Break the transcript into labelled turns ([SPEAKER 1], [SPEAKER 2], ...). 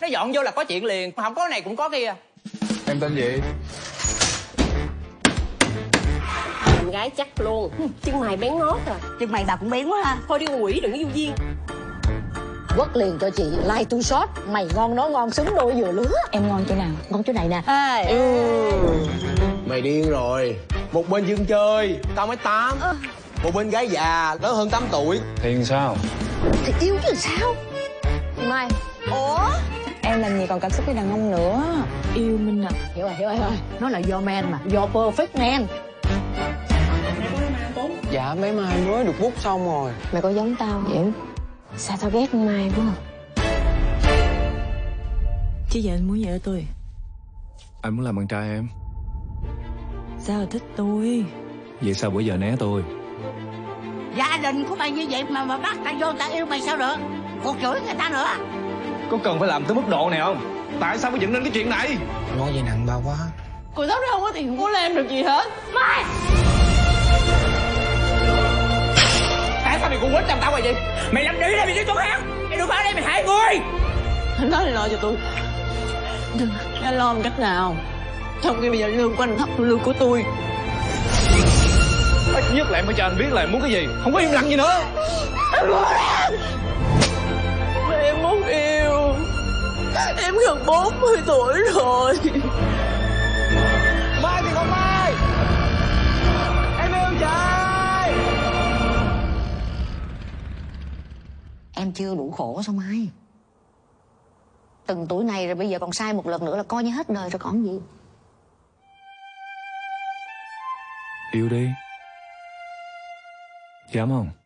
[SPEAKER 1] nó dọn vô là có chuyện liền không có cái này cũng có kia
[SPEAKER 2] em tên gì
[SPEAKER 3] Con gái chắc luôn Hừ, Chân mày bén ngót à
[SPEAKER 4] chân mày bà cũng biến quá ha
[SPEAKER 3] Thôi đi quỷ đừng có vô duyên
[SPEAKER 5] quất liền cho chị like tu shop mày ngon nó ngon xứng đôi vừa lứa
[SPEAKER 4] em ngon chỗ nào
[SPEAKER 5] ngon chỗ này nè
[SPEAKER 4] ê
[SPEAKER 6] Mày điên rồi Một bên dân chơi Tao mới 8 Một bên gái già Lớn hơn 8 tuổi
[SPEAKER 2] Hiền sao
[SPEAKER 5] thì yêu chứ sao mai
[SPEAKER 4] em làm gì còn cảm xúc với đàn ông nữa
[SPEAKER 5] hiểu rồi hiểu rồi hiểu rồi nó là do man mà do perfect man
[SPEAKER 6] Dạ mấy mai mới được bút xong rồi
[SPEAKER 7] Mày có giống tao không Diễm? Sao tao ghét con Mai quá
[SPEAKER 8] Chứ giờ anh muốn gì ở tôi
[SPEAKER 2] Anh muốn làm bạn trai em
[SPEAKER 8] Sao là thích tôi
[SPEAKER 2] Vậy sao bữa giờ né tôi
[SPEAKER 4] gia đình của mày như vậy mà mà bắt tao vô tao yêu mày sao được còn chửi người ta nữa
[SPEAKER 6] Có cần phải làm tới mức độ này không Tại sao mới dẫn đến cái chuyện này Nói vậy nặng bao quá
[SPEAKER 3] Cô Thóc nó không có tiền không có lên được gì hết
[SPEAKER 1] tại sao mày cũng quýnh làm tao vậy gì mày làm đi đây mày chứ chỗ khác mày đừng vào đây mày hại người
[SPEAKER 3] Anh nói là lo cho tôi Đừng Anh lo bằng cách nào Trong khi bây giờ lương của anh thấp hơn lương của tôi
[SPEAKER 2] Ít nhất là em phải cho anh biết là em muốn cái gì Không có im lặng gì nữa
[SPEAKER 3] Mà Em muốn yêu Em gần 40 tuổi rồi
[SPEAKER 6] Mai thì không mai Em yêu trời
[SPEAKER 5] em chưa đủ khổ sao mai từng tuổi này rồi bây giờ còn sai một lần nữa là coi như hết đời rồi còn gì
[SPEAKER 2] Yêu đi Dám không